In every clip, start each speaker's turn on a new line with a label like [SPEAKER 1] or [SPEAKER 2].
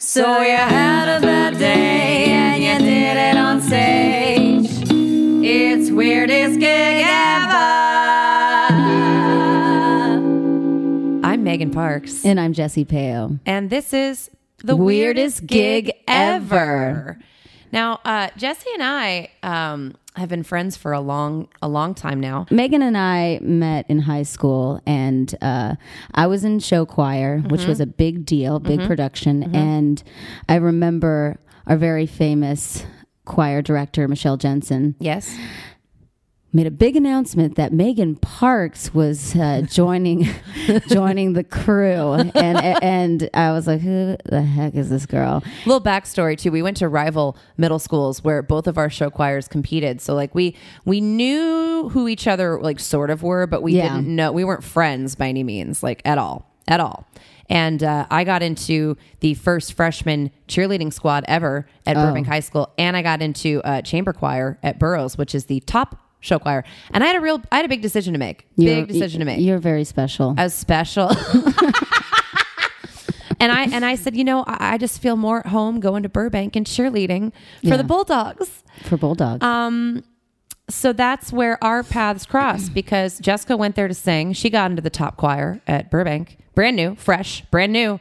[SPEAKER 1] So you had a bad day and you did it on stage. It's weirdest gig ever.
[SPEAKER 2] I'm Megan Parks,
[SPEAKER 1] And I'm Jesse Peo.
[SPEAKER 2] and this is the
[SPEAKER 1] Weirdest
[SPEAKER 2] weirdest,
[SPEAKER 1] gig
[SPEAKER 2] gig,
[SPEAKER 1] ever.
[SPEAKER 2] ever. Now, uh, Jesse and I um, have been friends for a long, a long time now.
[SPEAKER 1] Megan and I met in high school, and uh, I was in show choir, which was
[SPEAKER 2] Mm-hmm.
[SPEAKER 1] a big deal, big production. And I remember our very famous choir director, Michelle Jensen,
[SPEAKER 2] Yes,
[SPEAKER 1] made a big announcement that Megan Parks was uh, joining joining the crew, and and I was like, who the heck is this girl?
[SPEAKER 2] little backstory too. We went to rival middle schools where both of our show choirs competed. So, like we we knew who each other like sort of were, but we
[SPEAKER 1] Yeah.
[SPEAKER 2] didn't know we weren't friends by any means, like at all, at all. And uh, I got into the first freshman cheerleading squad ever at Burbank High School, and I got into uh, chamber choir at Burroughs, which is the top show choir. And I had a real, I had a big decision to make. big decision to make. Uh,
[SPEAKER 1] You're very special.
[SPEAKER 2] I was special. and I and I said, you know, I, I just feel more at home going to Burbank and cheerleading for
[SPEAKER 1] Yeah.
[SPEAKER 2] the Bulldogs.
[SPEAKER 1] for Bulldog.
[SPEAKER 2] um, So that's where our paths crossed because Jessica went there to sing. She got into the top choir at Burbank. Brand new, fresh, brand new,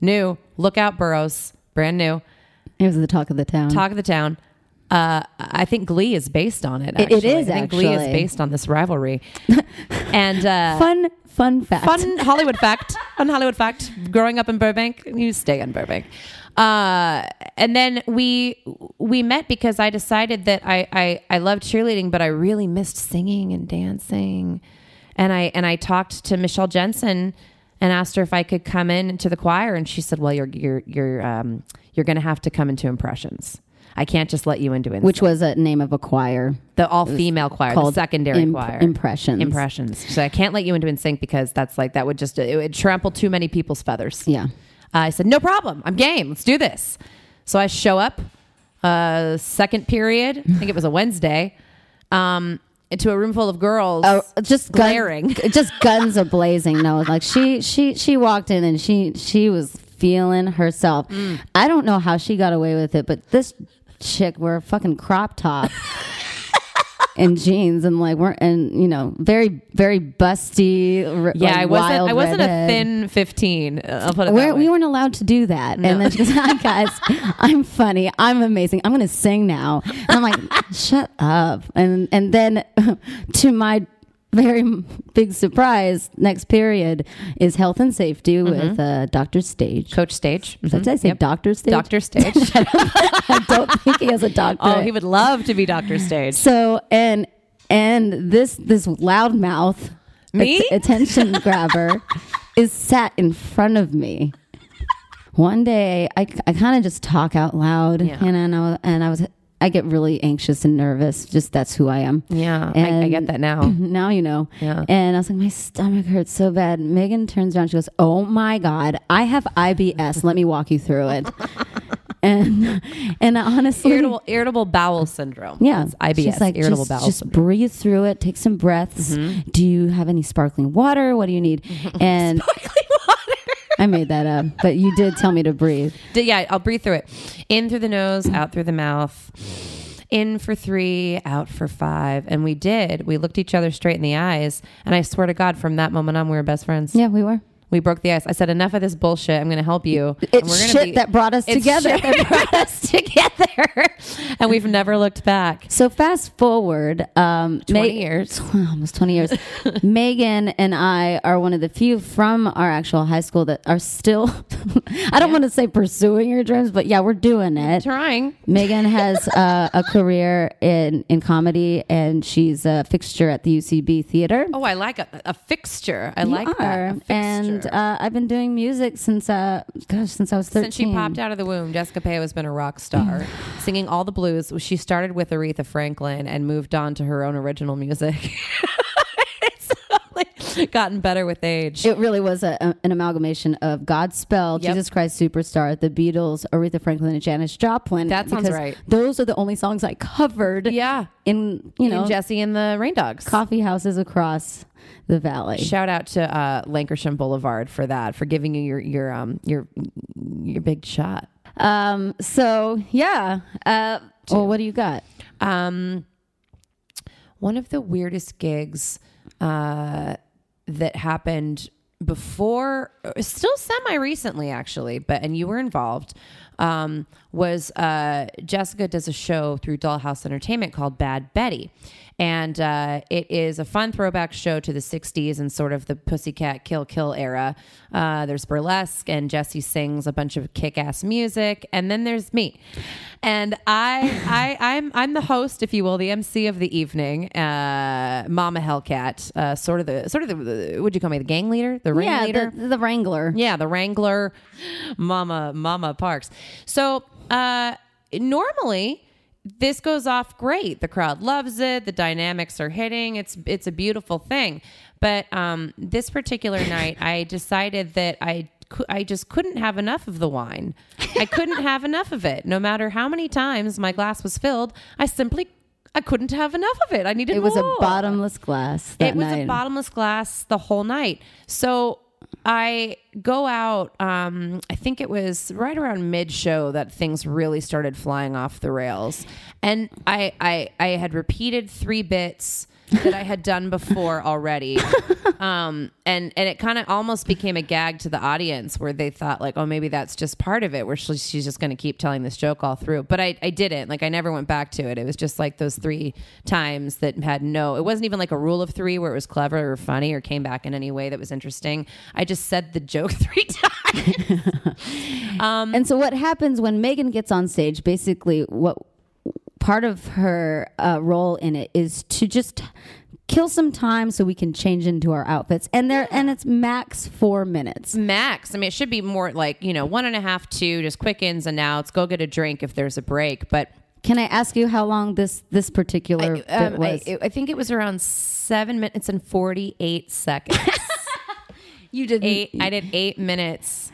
[SPEAKER 2] new. Look out, Burroughs. Brand new.
[SPEAKER 1] it was the talk of the town.
[SPEAKER 2] Talk of the town. Uh, I think Glee is based on it.
[SPEAKER 1] It-
[SPEAKER 2] Actually.
[SPEAKER 1] it is,
[SPEAKER 2] I think Glee is
[SPEAKER 1] actually.
[SPEAKER 2] based on this rivalry. and uh,
[SPEAKER 1] fun, fun fact.
[SPEAKER 2] fun Hollywood fact. Fun Hollywood fact. Growing up in Burbank, you stay in Burbank. Uh, and then we we met because I decided that I, I I loved cheerleading, but I really missed singing and dancing. And I and I talked to Michelle Jensen and asked her if I could come in to the choir, and she said, "Well, you're you're you're um, you're going to have to come into impressions. I can't just let you into it."
[SPEAKER 1] which was a name of a choir
[SPEAKER 2] the all female choir, the
[SPEAKER 1] called
[SPEAKER 2] secondary
[SPEAKER 1] Imp-
[SPEAKER 2] choir,
[SPEAKER 1] Impressions.
[SPEAKER 2] impressions. So I can't let you into NSYNC because that's like that would just it would trample too many people's feathers.
[SPEAKER 1] Yeah.
[SPEAKER 2] I said no problem. I'm game. Let's do this. So I show up, uh, second period. I think it was a Wednesday. Um, into a room full of girls.
[SPEAKER 1] Oh, just gun-
[SPEAKER 2] glaring.
[SPEAKER 1] just guns are blazing. No, like she she she walked in and she she was feeling herself.
[SPEAKER 2] Mm.
[SPEAKER 1] I don't know how she got away with it, but this chick wore a fucking crop top and jeans and like we're and you know very very busty. r-
[SPEAKER 2] yeah,
[SPEAKER 1] like,
[SPEAKER 2] I wasn't.
[SPEAKER 1] wild
[SPEAKER 2] I wasn't
[SPEAKER 1] redhead.
[SPEAKER 2] a thin fifteen. uh, I'll put it
[SPEAKER 1] We're,
[SPEAKER 2] that way.
[SPEAKER 1] we weren't allowed to do that. And then she goes, Hi, guys, I'm funny. I'm amazing. I'm going to sing now. And I'm like, Shut up. And, and then to my very m- big surprise, next period is health and safety with uh, Dr. Stage.
[SPEAKER 2] Coach stage.
[SPEAKER 1] Did I say
[SPEAKER 2] Mm-hmm. Yep.
[SPEAKER 1] Dr. Stage?
[SPEAKER 2] Doctor stage.
[SPEAKER 1] I don't think he has a doctor.
[SPEAKER 2] oh, he would love to be doctor stage.
[SPEAKER 1] So, and, and this, this loudmouth
[SPEAKER 2] Me?
[SPEAKER 1] att- attention grabber is sat in front of me. One day, I, I kind of just talk out loud,
[SPEAKER 2] Yeah.
[SPEAKER 1] and, and I was, and I was I get really anxious and nervous. Just that's who I am.
[SPEAKER 2] Yeah, I, I
[SPEAKER 1] And-
[SPEAKER 2] get that now.
[SPEAKER 1] Now you know.
[SPEAKER 2] Yeah.
[SPEAKER 1] And I was like, my stomach hurts so bad. Megan turns around, she goes, "Oh my god, I have IBS. Let me walk you through it." and and honestly,
[SPEAKER 2] irritable irritable bowel syndrome.
[SPEAKER 1] yeah,
[SPEAKER 2] It's IBS,
[SPEAKER 1] She's like,
[SPEAKER 2] irritable
[SPEAKER 1] just,
[SPEAKER 2] bowel
[SPEAKER 1] Just
[SPEAKER 2] syndrome.
[SPEAKER 1] breathe through it. Take some breaths. Do you have any sparkling water? What do you need? And I made that up, but you did tell me to breathe.
[SPEAKER 2] D- yeah, I'll breathe through it. In through the nose, out through the mouth. In for three, out for five. And we did. We looked each other straight in the eyes. And I swear to God, from that moment on, we were best friends.
[SPEAKER 1] Yeah, we were.
[SPEAKER 2] We broke the ice. I said, enough of this bullshit. I'm going to help you. And
[SPEAKER 1] It's
[SPEAKER 2] we're gonna
[SPEAKER 1] shit
[SPEAKER 2] be-
[SPEAKER 1] that brought us
[SPEAKER 2] It's
[SPEAKER 1] together.
[SPEAKER 2] shit that brought us together. and we've never looked back.
[SPEAKER 1] So fast forward, um,
[SPEAKER 2] 20 years.
[SPEAKER 1] almost twenty years. Megan and I are one of the few from our actual high school that are still. I don't want to say pursuing your dreams, but yeah, we're doing it.
[SPEAKER 2] Trying.
[SPEAKER 1] Megan has uh, a career in, in comedy, and she's a fixture at the UCB Theater.
[SPEAKER 2] Oh, I like a, a fixture. I
[SPEAKER 1] You
[SPEAKER 2] like that. A
[SPEAKER 1] are.
[SPEAKER 2] fixture.
[SPEAKER 1] and uh, I've been doing music since uh, gosh, since I was thirteen.
[SPEAKER 2] Since she popped out of the womb, Jessica Peo has been a rock star, singing all the blues. She started with Aretha Franklin and moved on to her own original music. it's only gotten better with age.
[SPEAKER 1] It really was a, a- an amalgamation of Godspell,
[SPEAKER 2] Yep.
[SPEAKER 1] Jesus Christ Superstar, The Beatles, Aretha Franklin, and Janis Joplin.
[SPEAKER 2] That sounds
[SPEAKER 1] because
[SPEAKER 2] right.
[SPEAKER 1] Those are the only songs I covered.
[SPEAKER 2] yeah,
[SPEAKER 1] In you know
[SPEAKER 2] and Jesse and the Rain Dogs.
[SPEAKER 1] coffee houses across the valley.
[SPEAKER 2] Shout out to uh, Lancashire Boulevard for that, for giving you your your um your your big shot.
[SPEAKER 1] Um, so yeah. Uh, well, what do you got?
[SPEAKER 2] Um, one of the weirdest gigs uh, that happened before, uh, still semi recently, actually, but and you were involved, um, was uh, Jessica does a show through Dollhouse Entertainment called Bad Betty. And uh, it is a fun throwback show to the 60s and sort of the Pussycat Kill Kill era. Uh, there's burlesque, and Jesse sings a bunch of kick ass music. And then there's me. And I, I, I'm, I'm the host, if you will, the MC of the evening, uh, Mama Hellcat, uh, sort of the, sort of the, the, would you call me the gang leader, the
[SPEAKER 1] Yeah,
[SPEAKER 2] ringleader?
[SPEAKER 1] the, the Wrangler.
[SPEAKER 2] Yeah, the Wrangler, Mama Mama Parks. So uh, normally this goes off great. The crowd loves it. The dynamics are hitting. It's it's a beautiful thing. But um, this particular night, I decided that I cou- I just couldn't have enough of the wine. I couldn't have enough of it. No matter how many times my glass was filled, I simply I couldn't have enough of it. I needed
[SPEAKER 1] It was a
[SPEAKER 2] more
[SPEAKER 1] bottomless glass that
[SPEAKER 2] it was
[SPEAKER 1] night.
[SPEAKER 2] a bottomless glass the whole night so i go out um i think it was right around mid show that things really started flying off the rails and i i i had repeated three bits that i had done before already um and and it kind of almost became a gag to the audience where they thought like oh maybe that's just part of it where she, she's just going to keep telling this joke all through but I, I didn't like i never went back to it it was just like those three times that had no it wasn't even like a rule of three where it was clever or funny or came back in any way that was interesting i just said the joke three times
[SPEAKER 1] and so what happens when Megan gets on stage? Basically, what part of her uh, role in it is to just kill some time so we can change into our outfits. And there, and it's max four minutes.
[SPEAKER 2] max i mean it should be more like you know one and a half two just quick ins and outs go get a drink if there's a break but
[SPEAKER 1] Can I ask you how long this this particular bit
[SPEAKER 2] um, I,
[SPEAKER 1] was?
[SPEAKER 2] I think it was around seven minutes and 48 seconds
[SPEAKER 1] you did
[SPEAKER 2] eight. I did eight minutes.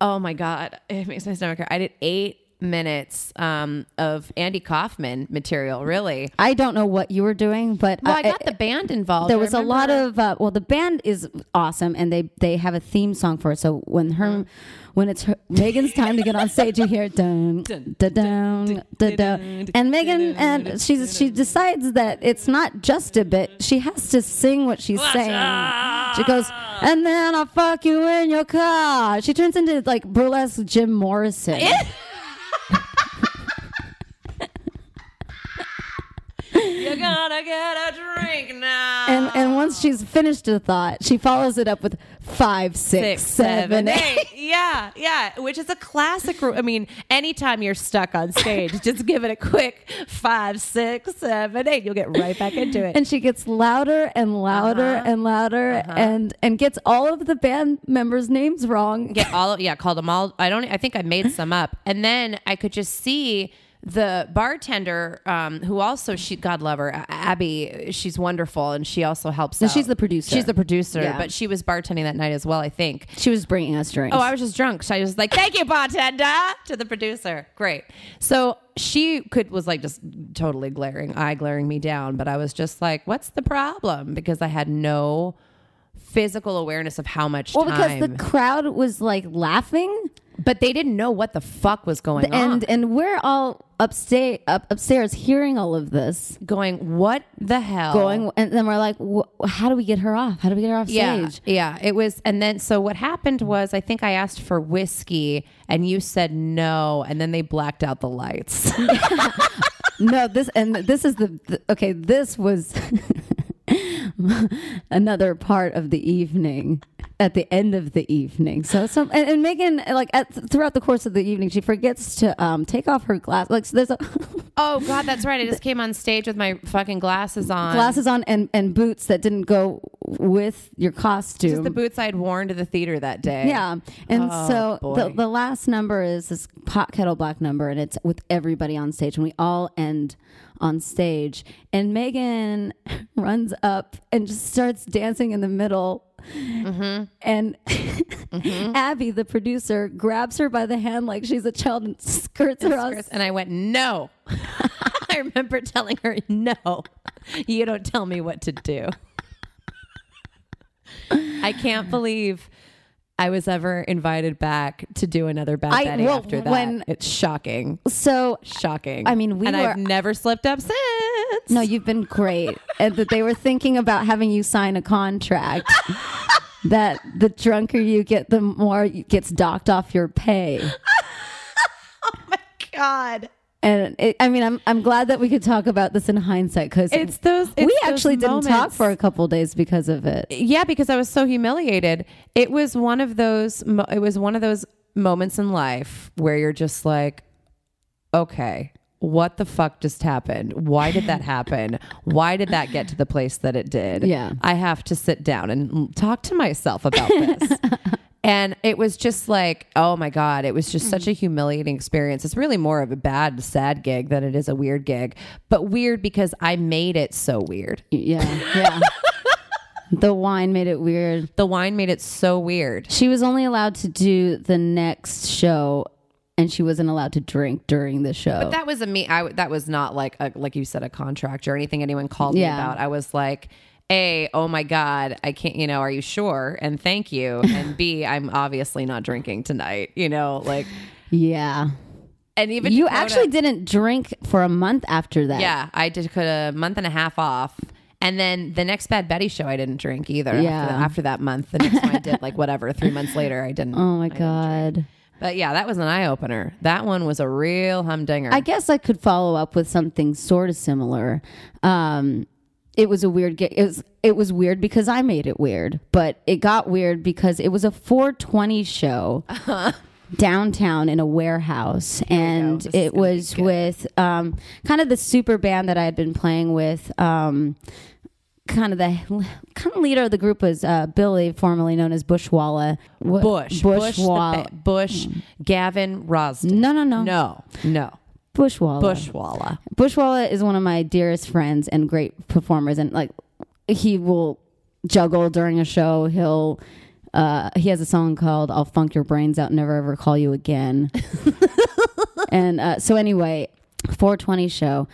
[SPEAKER 2] Oh my god, it makes my stomach hurt. I did eight minutes um, of Andy Kaufman material. Really,
[SPEAKER 1] I don't know what you were doing, but
[SPEAKER 2] well, I,
[SPEAKER 1] uh,
[SPEAKER 2] got the band involved.
[SPEAKER 1] there
[SPEAKER 2] I
[SPEAKER 1] was a
[SPEAKER 2] remember-
[SPEAKER 1] lot of uh, well the band is awesome and they they have a theme song for it so when her when it's her, megan's time to get on stage you hear dun dun dun dun dun and megan and she's she decides that it's not just a bit she has to sing what she's saying she goes and then i'll fuck you in your car she turns into like burlesque jim morrison
[SPEAKER 2] You're gonna get a drink now.
[SPEAKER 1] and and once she's finished the thought she follows it up with five six seven eight.
[SPEAKER 2] Yeah, yeah. Which is a classic. ru- I mean, anytime you're stuck on stage, just give it a quick five, six, seven, eight. You'll get right back into it.
[SPEAKER 1] and she gets louder and louder and louder and and gets all of the band members names wrong
[SPEAKER 2] get all of yeah called them all i don't i think i made some up and then i could just see the bartender um, who also she god love her A- abby she's wonderful and she also helps
[SPEAKER 1] And
[SPEAKER 2] out.
[SPEAKER 1] she's the producer.
[SPEAKER 2] she's the producer
[SPEAKER 1] Yeah.
[SPEAKER 2] but she was bartending that night as well i think
[SPEAKER 1] she was bringing us drinks
[SPEAKER 2] Oh, I was just drunk. So I was like, "Thank you, bartender," to the producer. Great. So she could was like just totally glaring, eye glaring me down, but I was just like, "What's the problem?" Because I had no physical awareness of how much
[SPEAKER 1] well
[SPEAKER 2] time.
[SPEAKER 1] because the crowd was like laughing
[SPEAKER 2] But they didn't know what the fuck was going
[SPEAKER 1] and
[SPEAKER 2] on.
[SPEAKER 1] and we're all upstairs up, upstairs hearing all of this
[SPEAKER 2] Going, what the hell?
[SPEAKER 1] going and then we're like wh- how do we get her off how do we get her off
[SPEAKER 2] yeah,
[SPEAKER 1] stage
[SPEAKER 2] yeah. It was, and then so what happened was, I think I asked for whiskey, and you said no, and then they blacked out the lights.
[SPEAKER 1] no this and this is the, the okay this was another part of the evening at the end of the evening so some and, and megan like at, throughout the course of the evening she forgets to um, take off her glass like so there's a
[SPEAKER 2] oh God, that's right. I just came on stage with my fucking glasses on.
[SPEAKER 1] glasses on and, and boots that didn't go with your costume
[SPEAKER 2] Just the boots I had worn to the theater that day.
[SPEAKER 1] yeah and
[SPEAKER 2] Oh,
[SPEAKER 1] so the,
[SPEAKER 2] boy.
[SPEAKER 1] the last number is this pot kettle black number and it's with everybody on stage and we all end on stage and megan runs up and just starts dancing in the middle
[SPEAKER 2] Mm-hmm.
[SPEAKER 1] and abby the producer grabs her by the hand like she's a child and skirts her off
[SPEAKER 2] Chris, and I went no. I remember telling her no. You don't tell me what to do. I can't believe I was ever invited back to do another bad
[SPEAKER 1] I-
[SPEAKER 2] Betty
[SPEAKER 1] well,
[SPEAKER 2] after that.
[SPEAKER 1] when-
[SPEAKER 2] it's shocking,
[SPEAKER 1] So
[SPEAKER 2] shocking.
[SPEAKER 1] I mean, we
[SPEAKER 2] and I've
[SPEAKER 1] were-
[SPEAKER 2] never slipped up since.
[SPEAKER 1] no, you've been great, and that they were thinking about having you sign a contract. That the drunker you get, the more you- gets docked off your pay.
[SPEAKER 2] Oh God,
[SPEAKER 1] And it, I mean, I'm I'm glad that we could talk about this in hindsight because
[SPEAKER 2] it's those. It's
[SPEAKER 1] we
[SPEAKER 2] those
[SPEAKER 1] actually didn't talk
[SPEAKER 2] moments.
[SPEAKER 1] for a couple days because of it.
[SPEAKER 2] yeah because i was so humiliated it was one of those mo- it was one of those moments in life where you're just like okay what the fuck just happened why did that happen why did that get to the place that it did
[SPEAKER 1] Yeah.
[SPEAKER 2] i have to sit down and l- talk to myself about this and it was just like oh my god it was just such a humiliating experience it's really more of a bad sad gig than it is a weird gig but weird because i made it so weird
[SPEAKER 1] Yeah, yeah. the wine made it weird.
[SPEAKER 2] the wine made it so weird
[SPEAKER 1] She was only allowed to do the next show, and she wasn't allowed to drink during the show.
[SPEAKER 2] But that was a me. I w- that was not like a, like you said a contract or anything anyone called
[SPEAKER 1] Yeah.
[SPEAKER 2] me about. I was like, a, oh my god, I can't. You know, are you sure? And thank you. And b, I'm obviously not drinking tonight. You know, like
[SPEAKER 1] yeah,
[SPEAKER 2] and even
[SPEAKER 1] you
[SPEAKER 2] Dakota-
[SPEAKER 1] actually didn't drink for a month after that.
[SPEAKER 2] yeah, I did could a month and a half off. And then the next Bad Betty show, I didn't drink either. After,
[SPEAKER 1] Yeah.
[SPEAKER 2] that, after that month, the next one I did like whatever. Three months later, I didn't.
[SPEAKER 1] Oh my god.
[SPEAKER 2] But yeah, that was an eye opener. That one was a real humdinger.
[SPEAKER 1] I guess I could follow up with something sort of similar. Um, it was a weird gig. It was, it was weird because I made it weird, but it got weird because it was a 420 show
[SPEAKER 2] Uh-huh.
[SPEAKER 1] downtown in a warehouse, and
[SPEAKER 2] This is gonna
[SPEAKER 1] it
[SPEAKER 2] be
[SPEAKER 1] was with um, kind of the super band that I had been playing with. Um, kind of the kind of leader of the group was uh, Billy, formerly known as Bushwalla. Wha-
[SPEAKER 2] Bush, Bush, the
[SPEAKER 1] Bushwalla.
[SPEAKER 2] ba- Bush,
[SPEAKER 1] Mm.
[SPEAKER 2] Gavin Rosden.
[SPEAKER 1] no, no, no,
[SPEAKER 2] No, no.
[SPEAKER 1] Bushwalla.
[SPEAKER 2] Bushwalla.
[SPEAKER 1] Bushwalla is one of my dearest friends and great performers, and like he will juggle during a show. He'll uh, he has a song called "I'll Funk Your Brains Out, Never Ever Call You Again," and uh, so anyway. 420 show.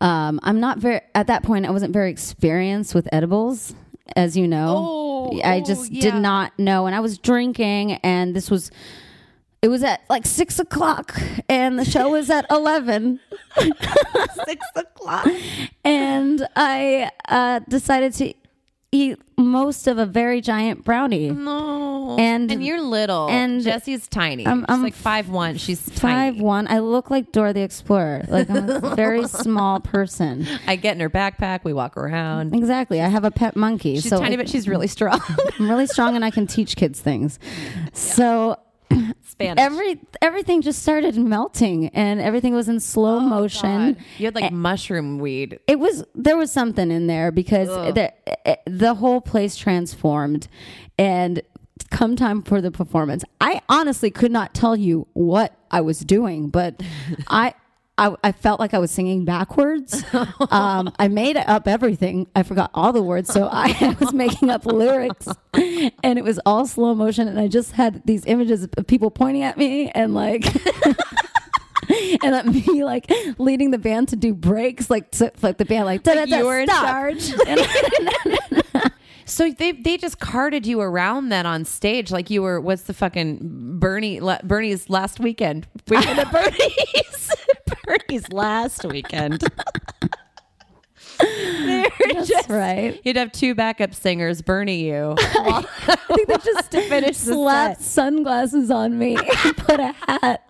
[SPEAKER 1] Um, I'm not very at that point. I wasn't very experienced with edibles, as you know.
[SPEAKER 2] Oh,
[SPEAKER 1] I
[SPEAKER 2] oh,
[SPEAKER 1] just
[SPEAKER 2] yeah.
[SPEAKER 1] did not know, and I was drinking, and this was it was at like six o'clock, and the show was at eleven
[SPEAKER 2] Six o'clock.
[SPEAKER 1] and I uh, decided to eat most of a very giant brownie.
[SPEAKER 2] Mm-hmm. No.
[SPEAKER 1] And-
[SPEAKER 2] and you're little.
[SPEAKER 1] and-
[SPEAKER 2] Jesse's tiny.
[SPEAKER 1] I'm- I'm
[SPEAKER 2] She's like five one. She's
[SPEAKER 1] Five
[SPEAKER 2] tiny.
[SPEAKER 1] one. I look like Dora the Explorer. Like I'm a very small person.
[SPEAKER 2] I get in her backpack. We walk around.
[SPEAKER 1] Exactly. I have a pet monkey.
[SPEAKER 2] She's
[SPEAKER 1] so
[SPEAKER 2] tiny, but she's really strong.
[SPEAKER 1] I'm really strong and I can teach kids things. So
[SPEAKER 2] Spanish.
[SPEAKER 1] every everything just started melting and everything was in slow motion.
[SPEAKER 2] Oh, God. You had like mushroom weed.
[SPEAKER 1] it was there was something in there because the, eh, the whole place transformed and come time for the performance i honestly could not tell you what i was doing but i I, I felt like I was singing backwards. Um, I made up everything. I forgot all the words, so I was making up lyrics, and it was all slow motion. And I just had these images of people pointing at me and like and at me like leading the band to do breaks, like to, like the band like, da, da, da,
[SPEAKER 2] you were in
[SPEAKER 1] stop. And I-
[SPEAKER 2] So they they just carted you around then on stage like you were what's the fucking Bernie la, Bernie's last weekend weekend at Bernie's Bernie's last weekend. They're
[SPEAKER 1] That's
[SPEAKER 2] just
[SPEAKER 1] right.
[SPEAKER 2] You'd have two backup singers, Bernie you.
[SPEAKER 1] I think they just
[SPEAKER 2] finish the
[SPEAKER 1] slapped
[SPEAKER 2] set.
[SPEAKER 1] sunglasses on me, and put a hat,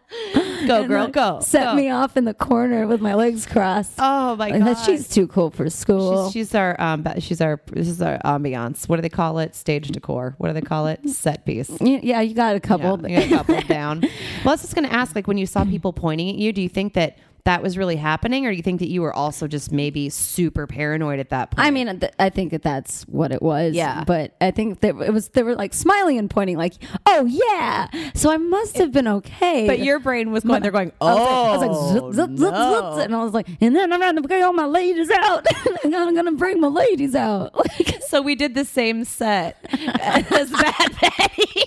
[SPEAKER 2] Go
[SPEAKER 1] and,
[SPEAKER 2] girl,
[SPEAKER 1] like,
[SPEAKER 2] go.
[SPEAKER 1] set
[SPEAKER 2] go.
[SPEAKER 1] me off in the corner with my legs crossed.
[SPEAKER 2] Oh my
[SPEAKER 1] Like,
[SPEAKER 2] god.
[SPEAKER 1] that she's too cool for school.
[SPEAKER 2] she's, she's our um ba- she's our this is our ambiance. What do they call it? Stage decor. What do they call it? Set piece.
[SPEAKER 1] Y- yeah, you got a couple.
[SPEAKER 2] Yeah, you got coupled down. Well, I was just going to ask, like, when you saw people pointing at you, do you think that that was really happening, or do you think that you were also just maybe super paranoid at that point?
[SPEAKER 1] I mean, th- I think that that's what it was.
[SPEAKER 2] Yeah.
[SPEAKER 1] But I think that it was, they were like smiling and pointing, like, oh, yeah. So I must have been okay.
[SPEAKER 2] but your brain was going. They're going.
[SPEAKER 1] I was
[SPEAKER 2] Oh,
[SPEAKER 1] like, I was like, zut, zut, zut,
[SPEAKER 2] no.
[SPEAKER 1] zut, and I was like, and then I'm gonna bring all my ladies out. and I'm gonna bring my ladies out. Like,
[SPEAKER 2] So we did the same set as Bad Betty.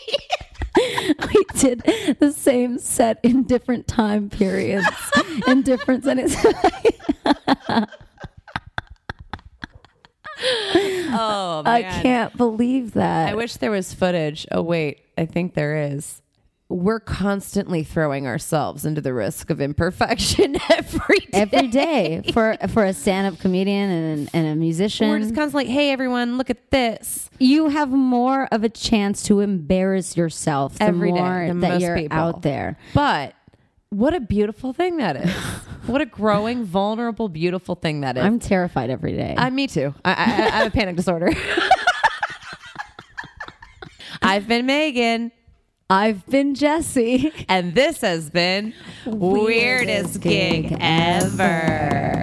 [SPEAKER 1] we did the same set in different time periods and different sentences.
[SPEAKER 2] Oh man.
[SPEAKER 1] I can't believe that.
[SPEAKER 2] I wish there was footage. Oh wait, I think there is. We're constantly throwing ourselves into the risk of imperfection every day.
[SPEAKER 1] Every day for for a stand up comedian and, and a musician,
[SPEAKER 2] We're just constantly, hey everyone, look at this.
[SPEAKER 1] you have more of a chance to embarrass yourself the
[SPEAKER 2] Every day
[SPEAKER 1] more
[SPEAKER 2] than
[SPEAKER 1] that
[SPEAKER 2] most
[SPEAKER 1] you're
[SPEAKER 2] people.
[SPEAKER 1] out there.
[SPEAKER 2] But what a beautiful thing that is. what a growing, vulnerable, beautiful thing that is.
[SPEAKER 1] I'm terrified every day.
[SPEAKER 2] Uh, me too. I, I, I have a panic disorder. I've been Megan,
[SPEAKER 1] I've been Jesse.
[SPEAKER 2] and this has been Weirdest, Gig ever.